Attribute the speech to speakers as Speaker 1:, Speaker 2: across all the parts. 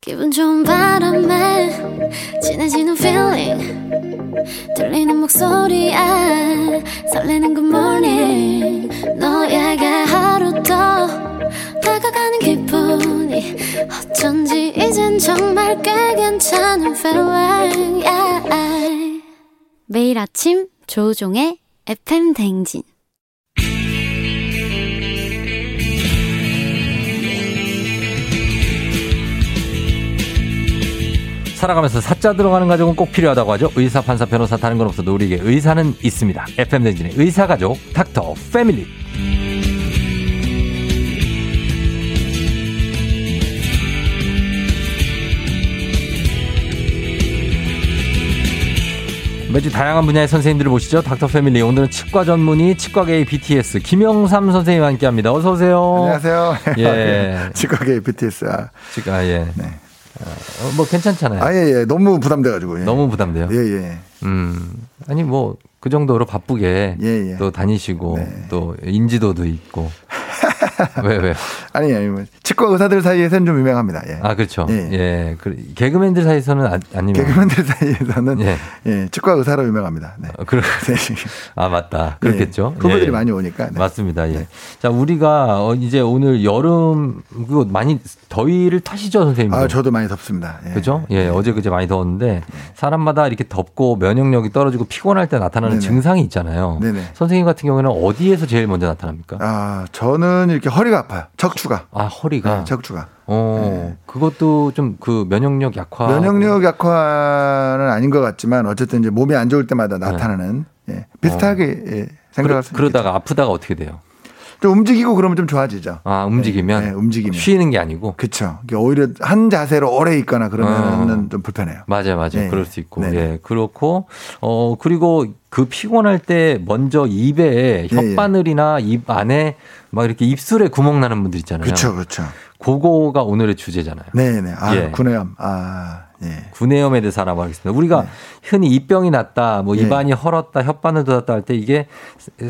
Speaker 1: 기분 좋은 바람에 진해지는 feeling 들리는 목소리에 설레는 good morning 너에게 하루 더 다가가는 기분이 어쩐지 이젠 정말 꽤 괜찮은 feeling yeah. 매일 아침 조종의 FM 댕진
Speaker 2: 살아가면서 사자 들어가는 가족은 꼭 필요하다고 하죠. 의사, 판사, 변호사 다른 건 없어도 우리에게 의사는 있습니다. FM 댕진의 의사 가족 닥터 패밀리. 매주 다양한 분야의 선생님들을 모시죠. 닥터 패밀리. 오늘은 치과 전문의 치과계의 BTS 김영삼 선생님 함께합니다. 어서 오세요.
Speaker 3: 안녕하세요.
Speaker 2: 예.
Speaker 3: 직각의 BTS. 아,
Speaker 2: 치과 예.
Speaker 3: 네.
Speaker 2: 어, 뭐 괜찮잖아요.
Speaker 3: 아, 예, 예. 너무 부담돼가지고. 예.
Speaker 2: 너무 부담돼요.
Speaker 3: 예, 예.
Speaker 2: 음. 아니 뭐 그 정도로 바쁘게
Speaker 3: 예, 네. 예.
Speaker 2: 또 다니시고 또 인지도도 있고. 왜 왜?
Speaker 3: 아니, 아니, 뭐. 치과 의사들 사이에서는 좀 유명합니다. 예.
Speaker 2: 아 그렇죠. 예.
Speaker 3: 예, 예.
Speaker 2: 그 개그맨들 사이에서는 아, 아니면
Speaker 3: 개그맨들 사이에서는
Speaker 2: 예.
Speaker 3: 예. 치과 의사로 유명합니다. 네.
Speaker 2: 어, 그러...
Speaker 3: 네.
Speaker 2: 아 맞다. 그렇겠죠.
Speaker 3: 예. 후배들이
Speaker 2: 예.
Speaker 3: 많이 오니까. 네.
Speaker 2: 맞습니다. 예. 자, 우리가 어, 이제 오늘 여름 그거 많이 더위를 타시죠, 선생님.
Speaker 3: 아, 저도 네. 많이 덥습니다. 예.
Speaker 2: 그죠? 예, 어제 그제 많이 더웠는데 사람마다 이렇게 덥고 면역력이 떨어지고 피곤할 때 나타나는
Speaker 3: 네네.
Speaker 2: 증상이 있잖아요.
Speaker 3: 네네.
Speaker 2: 선생님 같은 경우에는 어디에서 제일 먼저 나타납니까? 아,
Speaker 3: 아, 저는 이렇게 허리가 아파요. 척추가.
Speaker 2: 허리가.
Speaker 3: 네, 척추가.
Speaker 2: 어, 그것도 좀 그 면역력 약화.
Speaker 3: 면역력 약화는 아닌 것 같지만 어쨌든 이제 몸이 안 좋을 때마다 나타나는 예. 비슷하게 예.
Speaker 2: 네. 어. 그러,
Speaker 3: 생각할 수 있죠.
Speaker 2: 그러다가 아프다가 어떻게 돼요?
Speaker 3: 좀 움직이고 그러면 좀 좋아지죠.
Speaker 2: 아, 움직이면
Speaker 3: 네, 움직이면.
Speaker 2: 쉬는 게 아니고.
Speaker 3: 그렇죠. 오히려 한 자세로 오래 있거나
Speaker 2: 어.
Speaker 3: 그러면은 좀 불편해요.
Speaker 2: 맞아요, 맞아요.
Speaker 3: 네,
Speaker 2: 그럴 수 있고.
Speaker 3: 네.
Speaker 2: 예, 그렇고, 어, 그리고 그 피곤할 때 먼저 입에
Speaker 3: 예.
Speaker 2: 혓바늘이나 입 안에 막 이렇게 입술에 구멍 나는 분들 있잖아요.
Speaker 3: 그렇죠, 그렇죠.
Speaker 2: 그거가 오늘의 주제잖아요.
Speaker 3: 네, 네. 아,
Speaker 2: 예.
Speaker 3: 구내염. 아, 예.
Speaker 2: 구내염에 대해서 알아보겠습니다. 우리가
Speaker 3: 네.
Speaker 2: 흔히 입병이 났다, 뭐
Speaker 3: 예.
Speaker 2: 입안이 헐었다, 혓바늘 돋았다 할 때 이게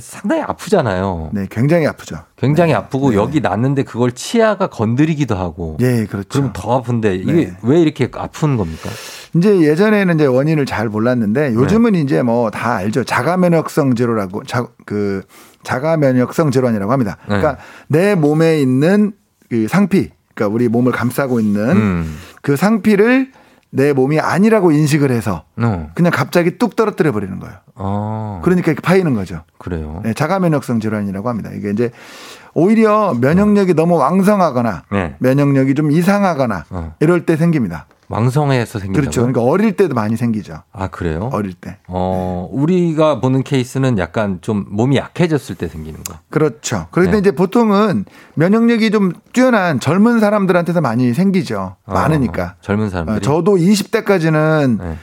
Speaker 2: 상당히 아프잖아요.
Speaker 3: 네, 굉장히 아프죠.
Speaker 2: 굉장히 아프고 여기 났는데 그걸 치아가 건드리기도 하고.
Speaker 3: 네. 예, 그렇죠.
Speaker 2: 그럼 더 아픈데 이게
Speaker 3: 네.
Speaker 2: 왜 이렇게 아픈 겁니까?
Speaker 3: 이제 예전에는 이제 원인을 잘 몰랐는데 요즘은
Speaker 2: 네.
Speaker 3: 이제 뭐 다 알죠. 자가 면역성 질환이라고 자, 그 자가 면역성 질환이라고 합니다.
Speaker 2: 네.
Speaker 3: 그러니까 내 몸에 있는 그 상피, 그러니까 우리 몸을 감싸고 있는
Speaker 2: 음.
Speaker 3: 그 상피를 내 몸이 아니라고 인식을 해서
Speaker 2: 어.
Speaker 3: 그냥 갑자기 뚝 떨어뜨려 버리는 거예요.
Speaker 2: 어.
Speaker 3: 그러니까 이렇게 파이는 거죠.
Speaker 2: 그래요.
Speaker 3: 네, 자가 면역성 질환이라고 합니다. 이게 이제 오히려 면역력이 너무 왕성하거나
Speaker 2: 네.
Speaker 3: 면역력이 좀 이상하거나
Speaker 2: 어.
Speaker 3: 이럴 때 생깁니다.
Speaker 2: 왕성해서 생긴다.
Speaker 3: 그렇죠. 그러니까 어릴 때도 많이 생기죠.
Speaker 2: 아 그래요?
Speaker 3: 어릴 때.
Speaker 2: 어 우리가 보는 케이스는 약간 좀 몸이 약해졌을 때 생기는 거.
Speaker 3: 그렇죠. 그런데
Speaker 2: 네.
Speaker 3: 이제 보통은 면역력이 좀 뛰어난 젊은 사람들한테서 많이 생기죠.
Speaker 2: 어,
Speaker 3: 많으니까.
Speaker 2: 젊은 사람들이.
Speaker 3: 어, 저도 20대까지는
Speaker 2: 네.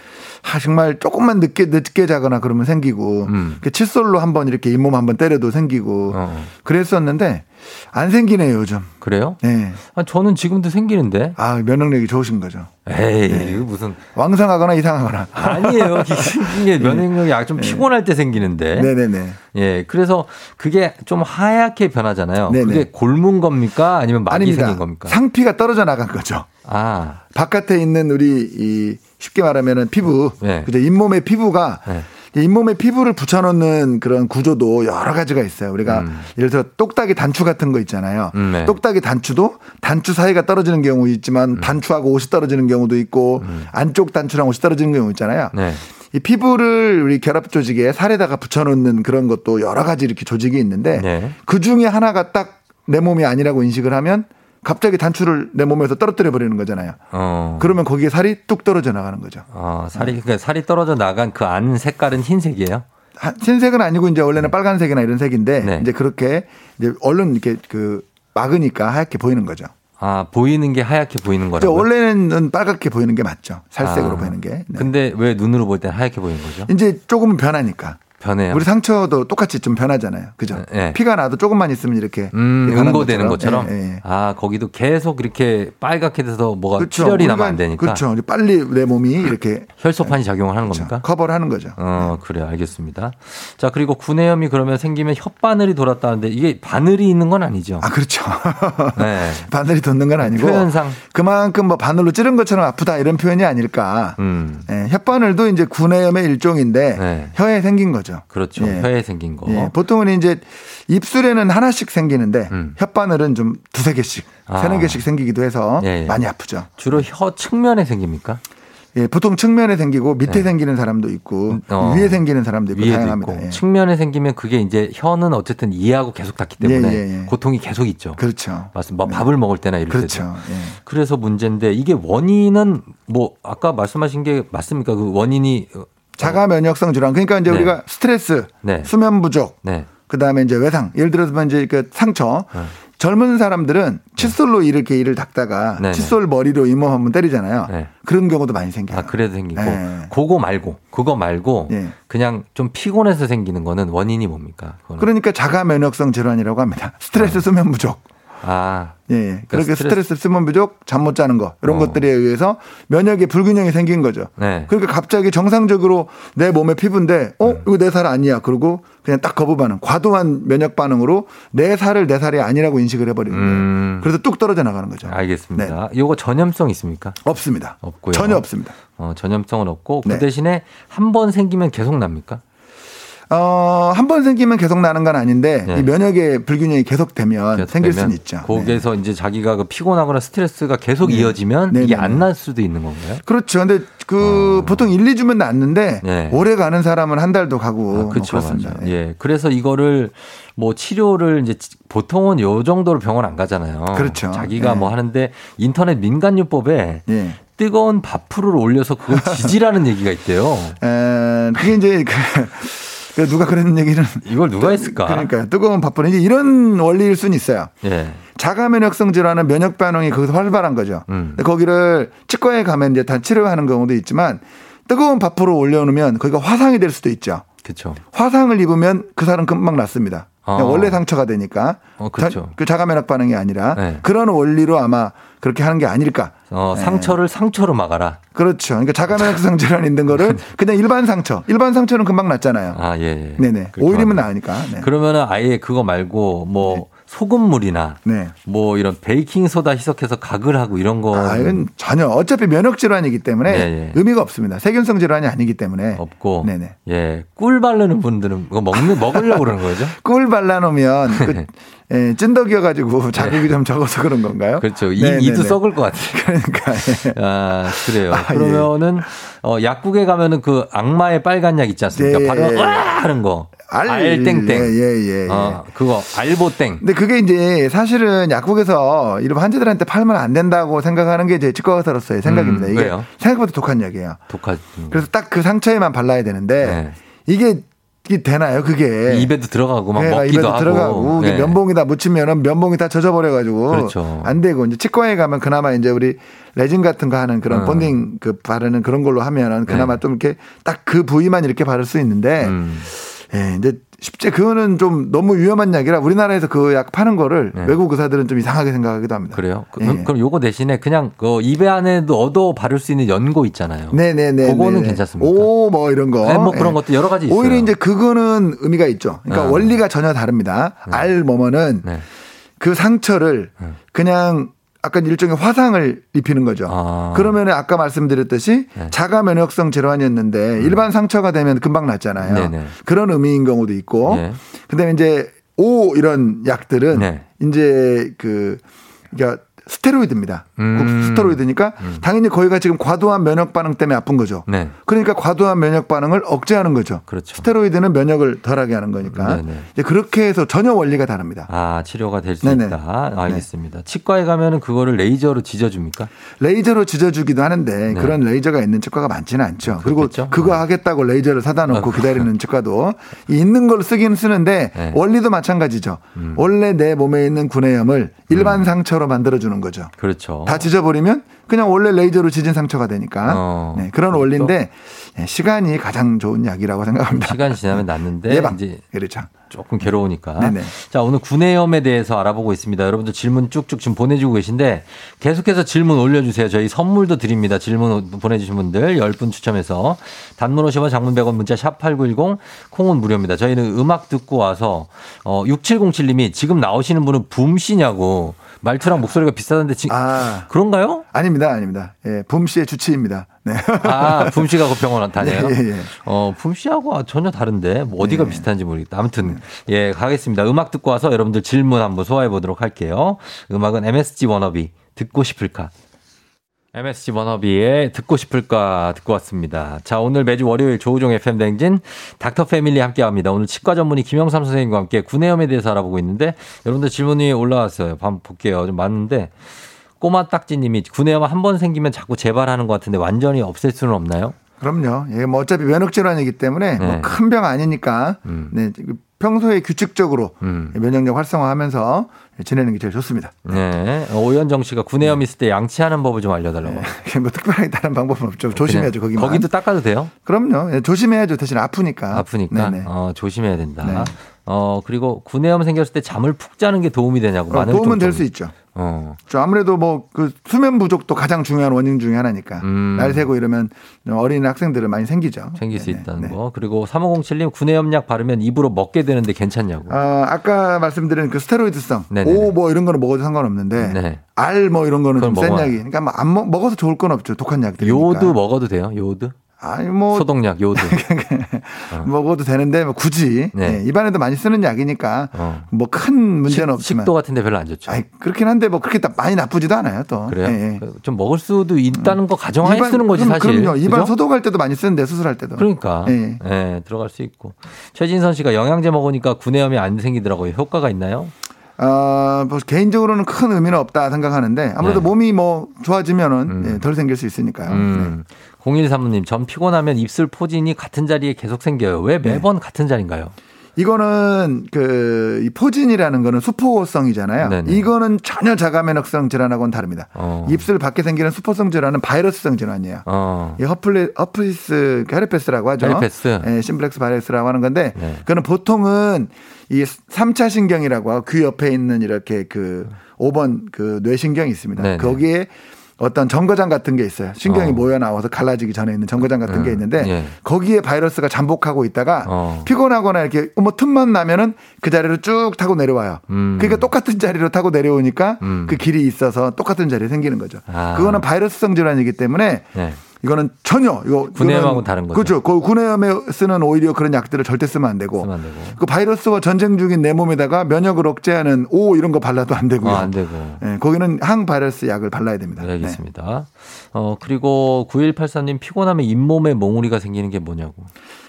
Speaker 3: 아, 정말 조금만 늦게 늦게 자거나 그러면 생기고
Speaker 2: 음.
Speaker 3: 그 칫솔로 한번 이렇게 잇몸 한번 때려도 생기고
Speaker 2: 어.
Speaker 3: 그랬었는데 안 생기네요 요즘.
Speaker 2: 그래요?
Speaker 3: 네.
Speaker 2: 아 저는 지금도 생기는데.
Speaker 3: 아 면역력이 좋으신 거죠.
Speaker 2: 에이
Speaker 3: 네.
Speaker 2: 이거 무슨
Speaker 3: 왕성하거나 이상하거나.
Speaker 2: 아니에요. 이게
Speaker 3: 네.
Speaker 2: 면역력이 약 좀 피곤할 때 생기는데.
Speaker 3: 네네네.
Speaker 2: 예, 그래서 그게 좀 하얗게 변하잖아요.
Speaker 3: 네네.
Speaker 2: 그게 곪은 겁니까? 아니면 막이
Speaker 3: 아닙니다.
Speaker 2: 생긴 겁니까?
Speaker 3: 상피가 떨어져 나간 거죠.
Speaker 2: 아,
Speaker 3: 바깥에 있는 우리 이 쉽게 말하면은 피부,
Speaker 2: 네.
Speaker 3: 그죠 잇몸의 피부가
Speaker 2: 네.
Speaker 3: 잇몸의 피부를 붙여놓는 그런 구조도 여러 가지가 있어요. 우리가 예를 들어 똑딱이 단추 같은 거 있잖아요.
Speaker 2: 음, 네.
Speaker 3: 똑딱이 단추도 단추 사이가 떨어지는 경우 있지만
Speaker 2: 음.
Speaker 3: 단추하고 옷이 떨어지는 경우도 있고 안쪽 단추랑 옷이 떨어지는 경우 있잖아요.
Speaker 2: 네.
Speaker 3: 이 피부를 우리 결합 조직에 살에다가 붙여놓는 그런 것도 여러 가지 이렇게 조직이 있는데
Speaker 2: 네.
Speaker 3: 그 중에 하나가 딱 내 몸이 아니라고 인식을 하면 갑자기 단추를 내 몸에서 떨어뜨려 버리는 거잖아요.
Speaker 2: 어.
Speaker 3: 그러면 거기에 살이 뚝 떨어져 나가는 거죠.
Speaker 2: 아, 살이 그러니까 살이 떨어져 나간 그 안 색깔은 흰색이에요.
Speaker 3: 하- 흰색은 아니고 이제 원래는 빨간색이나 이런 색인데
Speaker 2: 네.
Speaker 3: 이제 그렇게 이제 얼른 이렇게 그 막으니까 하얗게 보이는 거죠.
Speaker 2: 아, 보이는 게 하얗게 보이는
Speaker 3: 이제
Speaker 2: 거라고.
Speaker 3: 원래는 빨갛게 보이는 게 맞죠. 살색으로
Speaker 2: 네. 아.
Speaker 3: 보이는 게. 네.
Speaker 2: 근데 왜 눈으로 볼 땐 하얗게 보이는 거죠?
Speaker 3: 이제 조금 변하니까.
Speaker 2: 변해요.
Speaker 3: 우리 상처도 똑같이 좀 변하잖아요. 그죠?
Speaker 2: 예.
Speaker 3: 피가 나도 조금만 있으면 이렇게
Speaker 2: 음,
Speaker 3: 변하는
Speaker 2: 응고되는 것처럼.
Speaker 3: 예, 예.
Speaker 2: 아, 거기도 계속 이렇게 빨갛게 돼서 뭐가
Speaker 3: 그렇죠.
Speaker 2: 어, 출혈이
Speaker 3: 우리가-
Speaker 2: 나면 안 되니까.
Speaker 3: 그렇죠. 빨리 내 몸이 이렇게 네.
Speaker 2: 혈소판이 작용을 하는 겁니까?
Speaker 3: 커버를 하는 거죠.
Speaker 2: 그러니까? 어, 그래, 알겠습니다. 자, 그리고 구내염이 그러면 생기면 혓바늘이 돌았다는데 이게 바늘이 있는 건 아니죠.
Speaker 3: 아 그렇죠.
Speaker 2: 네.
Speaker 3: 바늘이 돋는 건 아니고
Speaker 2: 표현상.
Speaker 3: 그만큼 뭐 바늘로 찌른 것처럼 아프다 이런 표현이 아닐까.
Speaker 2: 음,
Speaker 3: 예, 혓바늘도 이제 구내염의 일종인데
Speaker 2: 네.
Speaker 3: 혀에 생긴 거죠.
Speaker 2: 그렇죠.
Speaker 3: 예.
Speaker 2: 혀에 생긴 거.
Speaker 3: 예, 보통은 이제 입술에는 하나씩 생기는데
Speaker 2: 음.
Speaker 3: 혓바늘은 좀 두세 개씩,
Speaker 2: 아.
Speaker 3: 세네 개씩 생기기도 해서
Speaker 2: 예, 예.
Speaker 3: 많이 아프죠.
Speaker 2: 주로 혀 측면에 생깁니까?
Speaker 3: 예, 보통 측면에 생기고 밑에 생기는 사람도 있고
Speaker 2: 네. 어.
Speaker 3: 위에 생기는 사람도 있고
Speaker 2: 위에도
Speaker 3: 다양합니다.
Speaker 2: 있고
Speaker 3: 예.
Speaker 2: 측면에 생기면 그게 이제 혀는 어쨌든 이해하고 계속 닿기 때문에
Speaker 3: 예, 예, 예.
Speaker 2: 고통이 계속 있죠.
Speaker 3: 그렇죠.
Speaker 2: 맞습니다. 뭐 밥을 먹을 때나 이럴 때도.
Speaker 3: 그렇죠. 예.
Speaker 2: 그래서 문제인데 이게 원인은 뭐 아까 말씀하신 게 맞습니까? 그 원인이 어,
Speaker 3: 자가 면역성 질환. 그러니까 이제
Speaker 2: 네.
Speaker 3: 우리가 스트레스,
Speaker 2: 네.
Speaker 3: 수면 부족,
Speaker 2: 네.
Speaker 3: 그다음에 이제 외상. 예를 들어서 이제 그 상처. 젊은 사람들은 칫솔로 이렇게 이를 닦다가
Speaker 2: 네, 네.
Speaker 3: 칫솔 머리로 잇몸 한번 때리잖아요.
Speaker 2: 네.
Speaker 3: 그런 경우도 많이 생겨요.
Speaker 2: 아 그래도 생기고
Speaker 3: 네.
Speaker 2: 그거 말고 그거 말고
Speaker 3: 예.
Speaker 2: 그냥 좀 피곤해서 생기는 거는 원인이 뭡니까? 그거는.
Speaker 3: 그러니까 자가 면역성 질환이라고 합니다. 스트레스 수면 부족.
Speaker 2: 아
Speaker 3: 예, 예. 그렇게
Speaker 2: 네. 스트레스-
Speaker 3: 스트레스, 수면 부족, 잠 못 자는 거 이런
Speaker 2: 어.
Speaker 3: 것들에 의해서 면역의 불균형이 생긴 거죠.
Speaker 2: 네.
Speaker 3: 그러니까 갑자기 정상적으로 내 몸의 피부인데 어
Speaker 2: 음.
Speaker 3: 이거 내 살 아니야. 그리고 그냥 딱 거부 반응, 과도한 면역 반응으로 내 살을 내 살이 아니라고 인식을 해버리는 거예요.
Speaker 2: 음. 아,
Speaker 3: 그래서 뚝 떨어져 나가는 거죠. 네.
Speaker 2: 알겠습니다. 요거 전염성 있습니까?
Speaker 3: 없습니다.
Speaker 2: 없고요.
Speaker 3: 전혀 없습니다.
Speaker 2: 어, 전염성은 없고 그
Speaker 3: 네.
Speaker 2: 대신에 한 번 생기면 계속 납니까?
Speaker 3: 어, 한 번 생기면 계속 나는 건 아닌데
Speaker 2: 네.
Speaker 3: 이 면역의 불균형이 계속되면 아, 생길
Speaker 2: 되면
Speaker 3: 수는 있죠. 네.
Speaker 2: 거기에서 이제 자기가 그 피곤하거나 스트레스가 계속 이어지면
Speaker 3: 네,
Speaker 2: 이게
Speaker 3: 네,
Speaker 2: 안
Speaker 3: 네.
Speaker 2: 날 수도 있는 건가요?
Speaker 3: 그렇죠. 근데 그 보통 1, 2주면 낫는데
Speaker 2: 어. 네.
Speaker 3: 오래 가는 사람은 한 달도 가고
Speaker 2: 아,
Speaker 3: 뭐
Speaker 2: 그쵸,
Speaker 3: 그렇습니다.
Speaker 2: 맞아요.
Speaker 3: 예.
Speaker 2: 예. 그래서 이거를 뭐 치료를 이제 치- 보통은 요 정도로 병원 안 가잖아요.
Speaker 3: 그렇죠.
Speaker 2: 자기가
Speaker 3: 예.
Speaker 2: 뭐 하는데 인터넷 민간요법에
Speaker 3: 예.
Speaker 2: 뜨거운 밥풀을 올려서 그걸 지지라는 얘기가 있대요.
Speaker 3: 예. 에, 그게 이제 그, 그 누가 그랬는 얘기는
Speaker 2: 이걸 누가 했을까?
Speaker 3: 그러니까 뜨거운 밥풀 이제 이런 원리일 수는 있어요.
Speaker 2: 예.
Speaker 3: 자가 면역성 질환은 면역 반응이 거기서 활발한 거죠.
Speaker 2: 음.
Speaker 3: 근데 거기를 치과에 가면 이제 다 치료하는 경우도 있지만 뜨거운 밥풀을 올려놓으면 거기가 화상이 될 수도 있죠.
Speaker 2: 그쵸.
Speaker 3: 화상을 입으면 그 사람 금방 낫습니다. 그냥
Speaker 2: 아.
Speaker 3: 원래 상처가 되니까
Speaker 2: 어, 그렇죠.
Speaker 3: 자- 그 자가 면역 반응이 아니라
Speaker 2: 네.
Speaker 3: 그런 원리로 아마 그렇게 하는 게 아닐까.
Speaker 2: 어,
Speaker 3: 네.
Speaker 2: 상처를 상처로 막아라.
Speaker 3: 그렇죠. 그러니까 자가 면역성 질환 있는 거를 그냥 일반 상처, 일반 상처는 금방 낫잖아요.
Speaker 2: 아, 예. 예.
Speaker 3: 네네.
Speaker 2: 그렇게
Speaker 3: 오일이면
Speaker 2: 하면.
Speaker 3: 나으니까. 네.
Speaker 2: 그러면은 아예 그거 말고 뭐 소금물이나
Speaker 3: 네.
Speaker 2: 뭐 이런 베이킹 소다 희석해서 각을 하고 이런 거
Speaker 3: 아, 이건 전혀 어차피 면역 질환이기 때문에
Speaker 2: 네, 네.
Speaker 3: 의미가 없습니다. 세균성 질환이 아니기 때문에
Speaker 2: 없고
Speaker 3: 네네.
Speaker 2: 예. 꿀 바르는 분들은 그거 먹는 먹으려고 그러는 거죠?
Speaker 3: 꿀 발라놓으면
Speaker 2: 네.
Speaker 3: 그, 예, 찐덕이어가지고 자극이 좀 적어서 그런 건가요?
Speaker 2: 그렇죠. 이,
Speaker 3: 네, 네,
Speaker 2: 이도
Speaker 3: 네.
Speaker 2: 썩을 것 같아요.
Speaker 3: 그러니까 예.
Speaker 2: 아, 그래요.
Speaker 3: 아, 예.
Speaker 2: 그러면은 어, 약국에 가면은 그 악마의 빨간 약 있지 않습니까?
Speaker 3: 예,
Speaker 2: 바로
Speaker 3: 예.
Speaker 2: 와 하는 거.
Speaker 3: 알,
Speaker 2: 땡땡.
Speaker 3: 예, 예, 예, 예.
Speaker 2: 어, 그거 알보땡.
Speaker 3: 근데 그게 이제 사실은 약국에서 이런 환자들한테 팔면 안 된다고 생각하는 게 제 치과 의사로서의 생각입니다. 이게
Speaker 2: 음, 왜요?
Speaker 3: 생각보다 독한 약이에요.
Speaker 2: 독한
Speaker 3: 그래서 딱 그 상처에만 발라야 되는데
Speaker 2: 네.
Speaker 3: 이게 이게 되나요? 그게
Speaker 2: 입에도 들어가고 막
Speaker 3: 네,
Speaker 2: 먹기도
Speaker 3: 입에도
Speaker 2: 하고.
Speaker 3: 들어가고 이게
Speaker 2: 예.
Speaker 3: 면봉이다 묻히면은 면봉이 다 젖어버려가지고
Speaker 2: 그렇죠.
Speaker 3: 안 되고 이제 치과에 가면 그나마 이제 우리 레진 같은 거 하는
Speaker 2: 음.
Speaker 3: 그런
Speaker 2: 네.
Speaker 3: 본딩 그 바르는 그런 걸로 하면은 그나마 좀 이렇게 딱 그 부위만 이렇게 바를 수 있는데
Speaker 2: 음.
Speaker 3: 예, 이제 쉽지 그거는 좀 너무 위험한 약이라 우리나라에서 그 약 파는 거를
Speaker 2: 네.
Speaker 3: 외국 의사들은 좀 이상하게 생각하기도 합니다.
Speaker 2: 그래요? 그,
Speaker 3: 예.
Speaker 2: 럼 요거 대신에 그냥 그 입에 안에도 얻어 바를 수 있는 연고 있잖아요.
Speaker 3: 네네네.
Speaker 2: 그거는 괜찮습니까?
Speaker 3: 오, 뭐 이런 거.
Speaker 2: 네, 뭐 그런 것도 여러 가지 있어요.
Speaker 3: 오히려 이제 그거는 의미가 있죠. 그러니까
Speaker 2: 아.
Speaker 3: 원리가 전혀 다릅니다. 알 뭐뭐는
Speaker 2: 네.
Speaker 3: 그 상처를 그냥 아까 일종의 화상을 입히는 거죠.
Speaker 2: 아. 네.
Speaker 3: 그러면 아까 말씀드렸듯이 자가 면역성 질환이었는데 일반 상처가 되면 금방 낫잖아요.
Speaker 2: 음. 네네.
Speaker 3: 그런 의미인 경우도 있고.
Speaker 2: 예.
Speaker 3: 그다음에 이제 오 이런 약들은
Speaker 2: 네.
Speaker 3: 이제 그 그러니까 스테로이드입니다.
Speaker 2: 음.
Speaker 3: 스테로이드니까 당연히 거기가 지금 과도한 면역 반응 때문에 아픈 거죠.
Speaker 2: 네.
Speaker 3: 그러니까 과도한 면역 반응을 억제하는 거죠.
Speaker 2: 그렇죠.
Speaker 3: 스테로이드는 면역을 덜하게 하는 거니까.
Speaker 2: 네네.
Speaker 3: 이제 그렇게 해서 전혀 원리가 다릅니다.
Speaker 2: 아, 치료가 될 수
Speaker 3: 네네.
Speaker 2: 있다. 알겠습니다. 치과에 가면은 그거를 레이저로 지져줍니까?
Speaker 3: 레이저로 지져주기도 하는데 그런 레이저가 있는 치과가 많지는 않죠. 그리고
Speaker 2: 네. 아, 그렇겠죠. 네. 아,
Speaker 3: 그거 하겠다고 레이저를 사다 놓고 기다리는 치과도 이 있는 걸 쓰긴 쓰는데
Speaker 2: 네. 음.
Speaker 3: 원리도 마찬가지죠. 원래 내 몸에 있는 구내염을 일반 상처로 만들어주는 지워버리는 거죠.
Speaker 2: 그렇죠.
Speaker 3: 다 지져버리면 그냥 원래 레이저로 지진 상처가 되니까
Speaker 2: 어,
Speaker 3: 네, 그런 원리인데 예, 시간이 가장 좋은 약이라고 생각합니다.
Speaker 2: 시간이 지나면 낫는데
Speaker 3: 예방
Speaker 2: 이제
Speaker 3: 그렇죠.
Speaker 2: 조금 괴로우니까.
Speaker 3: 네네.
Speaker 2: 자, 오늘 구내염에 대해서 알아보고 있습니다. 여러분들 질문 쭉쭉 지금 보내주고 계신데 계속해서 질문 올려주세요. 저희 선물도 드립니다. 질문 보내주신 분들 10분 추첨해서 단문 50원 장문 100원 문자 샵8910 콩은 무료입니다. 저희는 음악 듣고 와서 어, 6707님이 지금 나오시는 분은 붐씨냐고 말투랑 목소리가 비슷한데 지금
Speaker 3: 아
Speaker 2: 그런가요?
Speaker 3: 아닙니다, 아닙니다. 예, 붐 씨의 주치입니다. 네.
Speaker 2: 아, 품씨가 그 병원 다녀요?
Speaker 3: 예, 예, 예.
Speaker 2: 어, 품씨하고 전혀 다른데, 뭐 어디가 비슷한지 모르겠다. 아무튼, 예, 가겠습니다. 음악 듣고 와서 여러분들 질문 한번 소화해 보도록 할게요. 음악은 MSG 워너비, 듣고 싶을까? MSG 워너비의 듣고 싶을까 듣고 왔습니다. 자, 오늘 매주 월요일 조우종 FM 댕진 닥터 패밀리 함께 합니다. 오늘 치과 전문의 김영삼 선생님과 함께 구내염에 대해서 알아보고 있는데 여러분들 질문이 올라왔어요. 한번 볼게요. 좀 많은데 꼬마 딱지님이 구내염 한 번 생기면 자꾸 재발하는 것 같은데 완전히 없앨 수는 없나요?
Speaker 3: 그럼요. 예, 뭐 어차피 면역 질환이기 때문에
Speaker 2: 네.
Speaker 3: 뭐 큰 병 아니니까 네, 평소에 규칙적으로 예,
Speaker 2: 음.
Speaker 3: 면역력 활성화하면서 예, 지내는 게 제일 좋습니다.
Speaker 2: 네. 오현정 씨가 구내염
Speaker 3: 네.
Speaker 2: 있을 때 양치하는 법을 좀 알려달라고.
Speaker 3: 뭐 특별하게 다른 방법은 없죠. 조심해야죠
Speaker 2: 그냥
Speaker 3: 거기만.
Speaker 2: 거기도 닦아도 돼요?
Speaker 3: 그럼요. 예, 조심해야죠. 대신 아프니까.
Speaker 2: 아프니까
Speaker 3: 네네.
Speaker 2: 어, 조심해야 된다.
Speaker 3: 네.
Speaker 2: 어 그리고 구내염 생겼을 때 잠을 푹 자는 게 도움이 되냐고
Speaker 3: 어,
Speaker 2: 많은
Speaker 3: 도움은 될 수 있죠.
Speaker 2: 어.
Speaker 3: 저 아무래도 뭐 그 수면 부족도 가장 중요한 원인 중에 하나니까
Speaker 2: 음.
Speaker 3: 날 새고 이러면 좀 어린 학생들은 많이 생기죠.
Speaker 2: 생길 수
Speaker 3: 네네.
Speaker 2: 있다는
Speaker 3: 네.
Speaker 2: 거. 그리고 3507님 구내염약 바르면 입으로 먹게 되는데 괜찮냐고.
Speaker 3: 아, 아까 말씀드린 그 스테로이드성
Speaker 2: 네네네.
Speaker 3: 오 뭐 이런 거는 먹어도 상관없는데
Speaker 2: 네.
Speaker 3: 알 뭐 이런 거는
Speaker 2: 그건
Speaker 3: 좀 센
Speaker 2: 먹어야-
Speaker 3: 약이. 그러니까 뭐 안 먹, 먹어서 좋을 건 없죠. 독한 약들.
Speaker 2: 요드 먹어도 돼요? 요드?
Speaker 3: 아니 뭐
Speaker 2: 소독약 요드.
Speaker 3: 먹어도 되는데 뭐 굳이
Speaker 2: 네.
Speaker 3: 예, 입안에도 많이 쓰는 약이니까
Speaker 2: 어.
Speaker 3: 뭐 큰
Speaker 2: 식-
Speaker 3: 문제는 없지만.
Speaker 2: 식도 같은데 별로 안 좋죠.
Speaker 3: 아이, 그렇긴 한데 뭐 그렇게 다 많이 나쁘지도 않아요 또.
Speaker 2: 그래요?
Speaker 3: 예, 예.
Speaker 2: 좀 먹을 수도 있다는 거 가정하에 쓰는 거지
Speaker 3: 그럼,
Speaker 2: 사실.
Speaker 3: 그럼요. 입안
Speaker 2: 그죠?
Speaker 3: 소독할 때도 많이 쓰는데 수술할 때도.
Speaker 2: 그러니까 예.
Speaker 3: 예.
Speaker 2: 들어갈 수 있고 최진선 씨가 영양제 먹으니까 구내염이 안 생기더라고요. 효과가 있나요?
Speaker 3: 아, 뭐 개인적으로는 큰 의미는 없다 생각하는데 아무래도
Speaker 2: 네.
Speaker 3: 몸이 뭐 좋아지면은 예, 덜 생길 수 있으니까요.
Speaker 2: 음. 0135님 전 피곤하면 입술 포진이 같은 자리에 계속 생겨요. 왜 매번 같은 자리인가요?
Speaker 3: 네. 이거는 그이 포진이라는 거는 수포성이잖아요.
Speaker 2: 네네.
Speaker 3: 이거는 전혀 자가면역성 질환하고는 다릅니다.
Speaker 2: 어.
Speaker 3: 입술 밖에 생기는 수포성 질환은 바이러스성 질환이에요.
Speaker 2: 어.
Speaker 3: 이 허플리, 허플리스 그 헤르페스라고 하죠.
Speaker 2: 헤르페스.
Speaker 3: 예, 심플렉스 바이러스라고 하는 건데
Speaker 2: 네.
Speaker 3: 그는 보통은 이삼차 신경이라고 하고 귀 옆에 있는 이렇게 그 5번 그 뇌신경이 있습니다.
Speaker 2: 네네.
Speaker 3: 거기에 어떤 정거장 같은 게 있어요. 신경이
Speaker 2: 어.
Speaker 3: 모여 나와서 갈라지기 전에 있는 정거장 같은
Speaker 2: 음,
Speaker 3: 게 있는데
Speaker 2: 예.
Speaker 3: 거기에 바이러스가 잠복하고 있다가
Speaker 2: 어.
Speaker 3: 피곤하거나 이렇게 뭐 틈만 나면은 그 자리로 쭉 타고 내려와요.
Speaker 2: 음.
Speaker 3: 그러니까 똑같은 자리로 타고 내려오니까
Speaker 2: 음.
Speaker 3: 그 길이 있어서 똑같은 자리에 생기는 거죠.
Speaker 2: 아.
Speaker 3: 그거는 바이러스성 질환이기 때문에
Speaker 2: 네.
Speaker 3: 이거는 전혀 이거
Speaker 2: 구내염하고는 다른 거죠.
Speaker 3: 그렇죠. 그 구내염에 쓰는 오히려 그런 약들을 절대 쓰면 안 되고.
Speaker 2: 쓰면 안 되고.
Speaker 3: 그 바이러스와 전쟁 중인 내 몸에다가 면역을 억제하는 오 이런 거 발라도 안 되고요.
Speaker 2: 아, 안 되고.
Speaker 3: 예, 거기는 항바이러스 약을 발라야 됩니다.
Speaker 2: 네,
Speaker 3: 네.
Speaker 2: 알겠습니다. 어, 그리고 9184님 피곤하면 잇몸에 몽우리가 생기는 게 뭐냐고.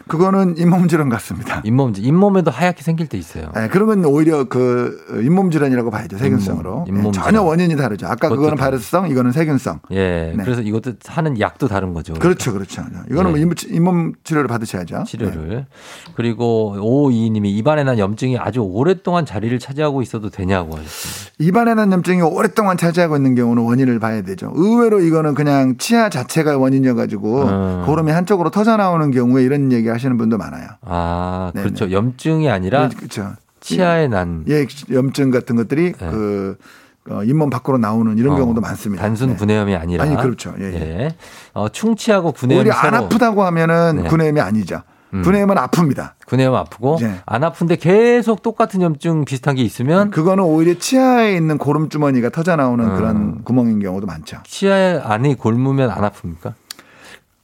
Speaker 3: 그거는 잇몸 질환 같습니다.
Speaker 2: 잇몸 잇몸에도 하얗게 생길 때 있어요.
Speaker 3: 예, 그런 건 오히려 그 잇몸 질환이라고 봐야죠. 세균성으로.
Speaker 2: 잇몸, 잇몸
Speaker 3: 예, 전혀
Speaker 2: 질환.
Speaker 3: 원인이 다르죠. 아까
Speaker 2: 그것도
Speaker 3: 그거는 바이러스성, 이거는 세균성.
Speaker 2: 예.
Speaker 3: 네.
Speaker 2: 그래서 이것도 하는 약도 다른 거죠.
Speaker 3: 그렇죠, 그렇죠. 이거는
Speaker 2: 네.
Speaker 3: 뭐 잇몸- 잇몸 치료를 받으셔야죠. 네.
Speaker 2: 치료를. 그리고 552님이 입안에 난 염증이 아주 오랫동안 자리를 차지하고 있어도 되냐고 하셨습니다.
Speaker 3: 입안에 난 염증이 오랫동안 차지하고 있는 경우는 원인을 봐야 되죠. 의외로 이거는 그냥 치아 자체가 원인이어가지고
Speaker 2: 음.
Speaker 3: 고름이 한쪽으로 터져 나오는 경우에 이런 얘기 하시는 분도 많아요.
Speaker 2: 아,
Speaker 3: 네네.
Speaker 2: 그렇죠. 염증이 아니라
Speaker 3: 그렇죠.
Speaker 2: 치아에 난
Speaker 3: 예, 염증 같은 것들이
Speaker 2: 네.
Speaker 3: 그 어, 잇몸 밖으로 나오는 이런
Speaker 2: 어,
Speaker 3: 경우도 많습니다.
Speaker 2: 단순
Speaker 3: 네.
Speaker 2: 구내염이 아니라
Speaker 3: 아니, 그렇죠. 예, 예.
Speaker 2: 어, 충치하고 구내염이
Speaker 3: 오히려 안
Speaker 2: 서로
Speaker 3: 아프다고 하면은
Speaker 2: 네. 음.
Speaker 3: 구내염이 아니죠. 구내염은 아픕니다.
Speaker 2: 구내염 아프고
Speaker 3: 네.
Speaker 2: 안 아픈데 계속 똑같은 염증 비슷한 게 있으면
Speaker 3: 그거는 오히려 치아에 있는 고름 주머니가 터져 나오는
Speaker 2: 어.
Speaker 3: 그런 구멍인 경우도 많죠.
Speaker 2: 치아 안이 골무면 안 아픕니까?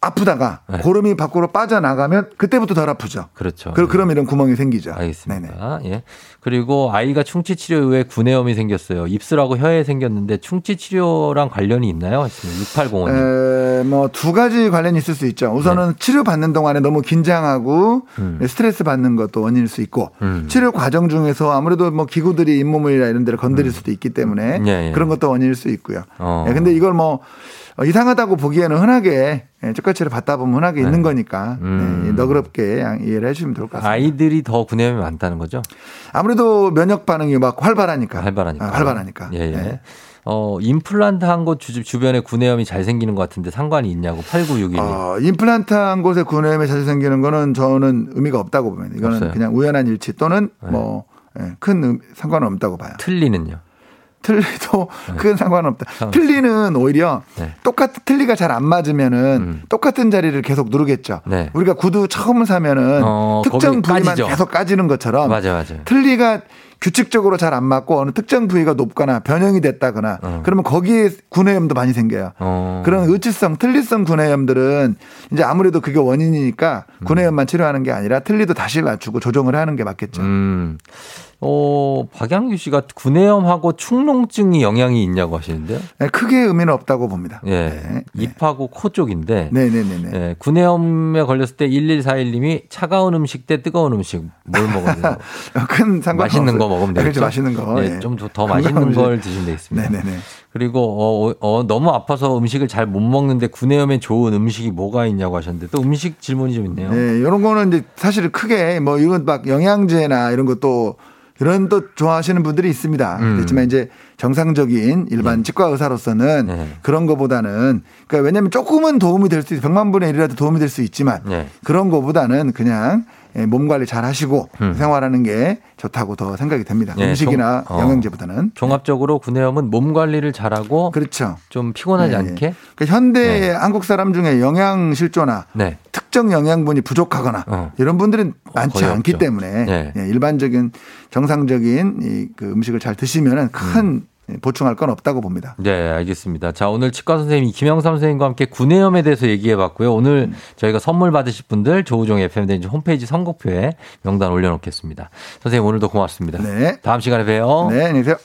Speaker 3: 아프다가
Speaker 2: 네.
Speaker 3: 고름이 밖으로 빠져나가면 그때부터 덜 아프죠.
Speaker 2: 그렇죠.
Speaker 3: 그,
Speaker 2: 예.
Speaker 3: 그럼 이런 구멍이 생기죠. 네네.
Speaker 2: 알겠습니다. 예. 그리고 아이가 충치 치료 후에 구내염이 생겼어요. 입술하고 혀에 생겼는데 충치 치료랑 관련이 있나요? 하시면 6805님. 네.
Speaker 3: 뭐 두 가지 관련이 있을 수 있죠. 우선은 치료 받는 동안에 너무 긴장하고 네, 스트레스 받는 것도 원인일 수 있고
Speaker 2: 음.
Speaker 3: 치료 과정 중에서 아무래도 뭐 기구들이 잇몸이나 이런 데를 건드릴 수도 있기 때문에
Speaker 2: 음. 예, 예.
Speaker 3: 그런 것도 원인일 수 있고요.
Speaker 2: 어.
Speaker 3: 예, 근데 이걸 뭐 어, 이상하다고 보기에는 흔하게 예, 쪽갈치를 받다 보면 흔하게 있는 거니까
Speaker 2: 네. 음.
Speaker 3: 네, 너그럽게 양- 이해를 해주시면 좋을 것 같습니다.
Speaker 2: 아이들이 더 구내염이 많다는 거죠?
Speaker 3: 아무래도 면역 반응이 막 활발하니까
Speaker 2: 활발하니까.
Speaker 3: 아, 활발하니까.
Speaker 2: 예, 예.
Speaker 3: 네.
Speaker 2: 어, 임플란트 한 곳 주변에 구내염이 잘 생기는 것 같은데 상관이 있냐고 8961님.
Speaker 3: 어, 임플란트 한 곳에 구내염이 자주 생기는 거는 저는 의미가 없다고 보면 이거는
Speaker 2: 없어요. 네.
Speaker 3: 그냥 우연한 일치 또는 뭐 큰 상관은 없다고 봐요.
Speaker 2: 틀리는요.
Speaker 3: 틀리도 큰 상관은 없다.
Speaker 2: 네. 상관-
Speaker 3: 틀리는 오히려
Speaker 2: 네. 음.
Speaker 3: 똑같은 틀리가 잘 안 맞으면은 똑같은 자리를 계속 누르겠죠.
Speaker 2: 네.
Speaker 3: 우리가 구두 처음 사면은
Speaker 2: 어,
Speaker 3: 특정
Speaker 2: 거기
Speaker 3: 부위만
Speaker 2: 까지죠.
Speaker 3: 계속 까지는 것처럼
Speaker 2: 맞아, 맞아.
Speaker 3: 틀니가 규칙적으로 잘 안 맞고 어느 특정 부위가 높거나 변형이 됐다거나
Speaker 2: 어.
Speaker 3: 그러면 거기에 구내염도 많이 생겨요.
Speaker 2: 어.
Speaker 3: 그런 의치성, 틀리성 구내염들은 이제 아무래도 그게 원인이니까 구내염만 치료하는 게 아니라 틀니도 다시 낮추고 조정을 하는 게 맞겠죠.
Speaker 2: 음. 어, 박양규 씨가 구내염하고 축농증이 영향이 있냐고 하시는데요.
Speaker 3: 네, 크게 의미는 없다고 봅니다.
Speaker 2: 예.
Speaker 3: 네.
Speaker 2: 입하고 코 쪽인데
Speaker 3: 네, 네, 네, 네.
Speaker 2: 예, 구내염에 걸렸을 때 1141님이 차가운 음식 때 뜨거운 음식 뭘 먹어야 되나요?
Speaker 3: 큰 상관
Speaker 2: 맛있는 거 먹으면 되겠죠.
Speaker 3: 그렇죠, 맛있는 거.
Speaker 2: 예, 좀더 더 맛있는 걸 드시면 되겠습니다.
Speaker 3: 네네네.
Speaker 2: 그리고 어, 어, 너무 아파서 음식을 잘 못 먹는데 구내염에 좋은 음식이 뭐가 있냐고 하셨는데 또 음식 질문이 좀 있네요.
Speaker 3: 네, 이런 거는 이제 사실 크게 뭐 이런 막 영양제나 이런 것도 이런 또 좋아하시는 분들이 있습니다.
Speaker 2: 음.
Speaker 3: 그렇지만 이제 정상적인 일반 치과 의사로서는
Speaker 2: 네.
Speaker 3: 그런 거보다는 그러니까 왜냐하면 조금은 도움이 될 수 있, 100만 분의 1이라도 도움이 될 수 있지만
Speaker 2: 네.
Speaker 3: 그런 거보다는 그냥 예, 몸 관리 잘 하시고 생활하는 게 좋다고 더 생각이 됩니다.
Speaker 2: 음. 네,
Speaker 3: 음식이나
Speaker 2: 종- 어.
Speaker 3: 영양제보다는
Speaker 2: 종합적으로 구내염은 몸 관리를 잘하고
Speaker 3: 그렇죠.
Speaker 2: 좀 피곤하지
Speaker 3: 예, 예.
Speaker 2: 않게
Speaker 3: 그러니까 현대의 한국 사람 중에 영양 실조나
Speaker 2: 네.
Speaker 3: 특정 영양분이 부족하거나
Speaker 2: 어.
Speaker 3: 이런 분들은 많지
Speaker 2: 거의
Speaker 3: 않기
Speaker 2: 없죠.
Speaker 3: 때문에
Speaker 2: 네.
Speaker 3: 예, 일반적인 정상적인 이 그 음식을 잘 드시면은 큰
Speaker 2: 음.
Speaker 3: 보충할 건 없다고 봅니다.
Speaker 2: 네, 알겠습니다. 자, 오늘 치과 선생님 김영삼 선생님과 함께 구내염에 대해서 얘기해 봤고요. 오늘
Speaker 3: 음.
Speaker 2: 저희가 선물 받으실 분들 조우종 FM 대행지 홈페이지 선곡표에 명단 올려놓겠습니다. 선생님 오늘도 고맙습니다.
Speaker 3: 네.
Speaker 2: 다음 시간에 봬요.
Speaker 3: 네, 안녕히 계세요.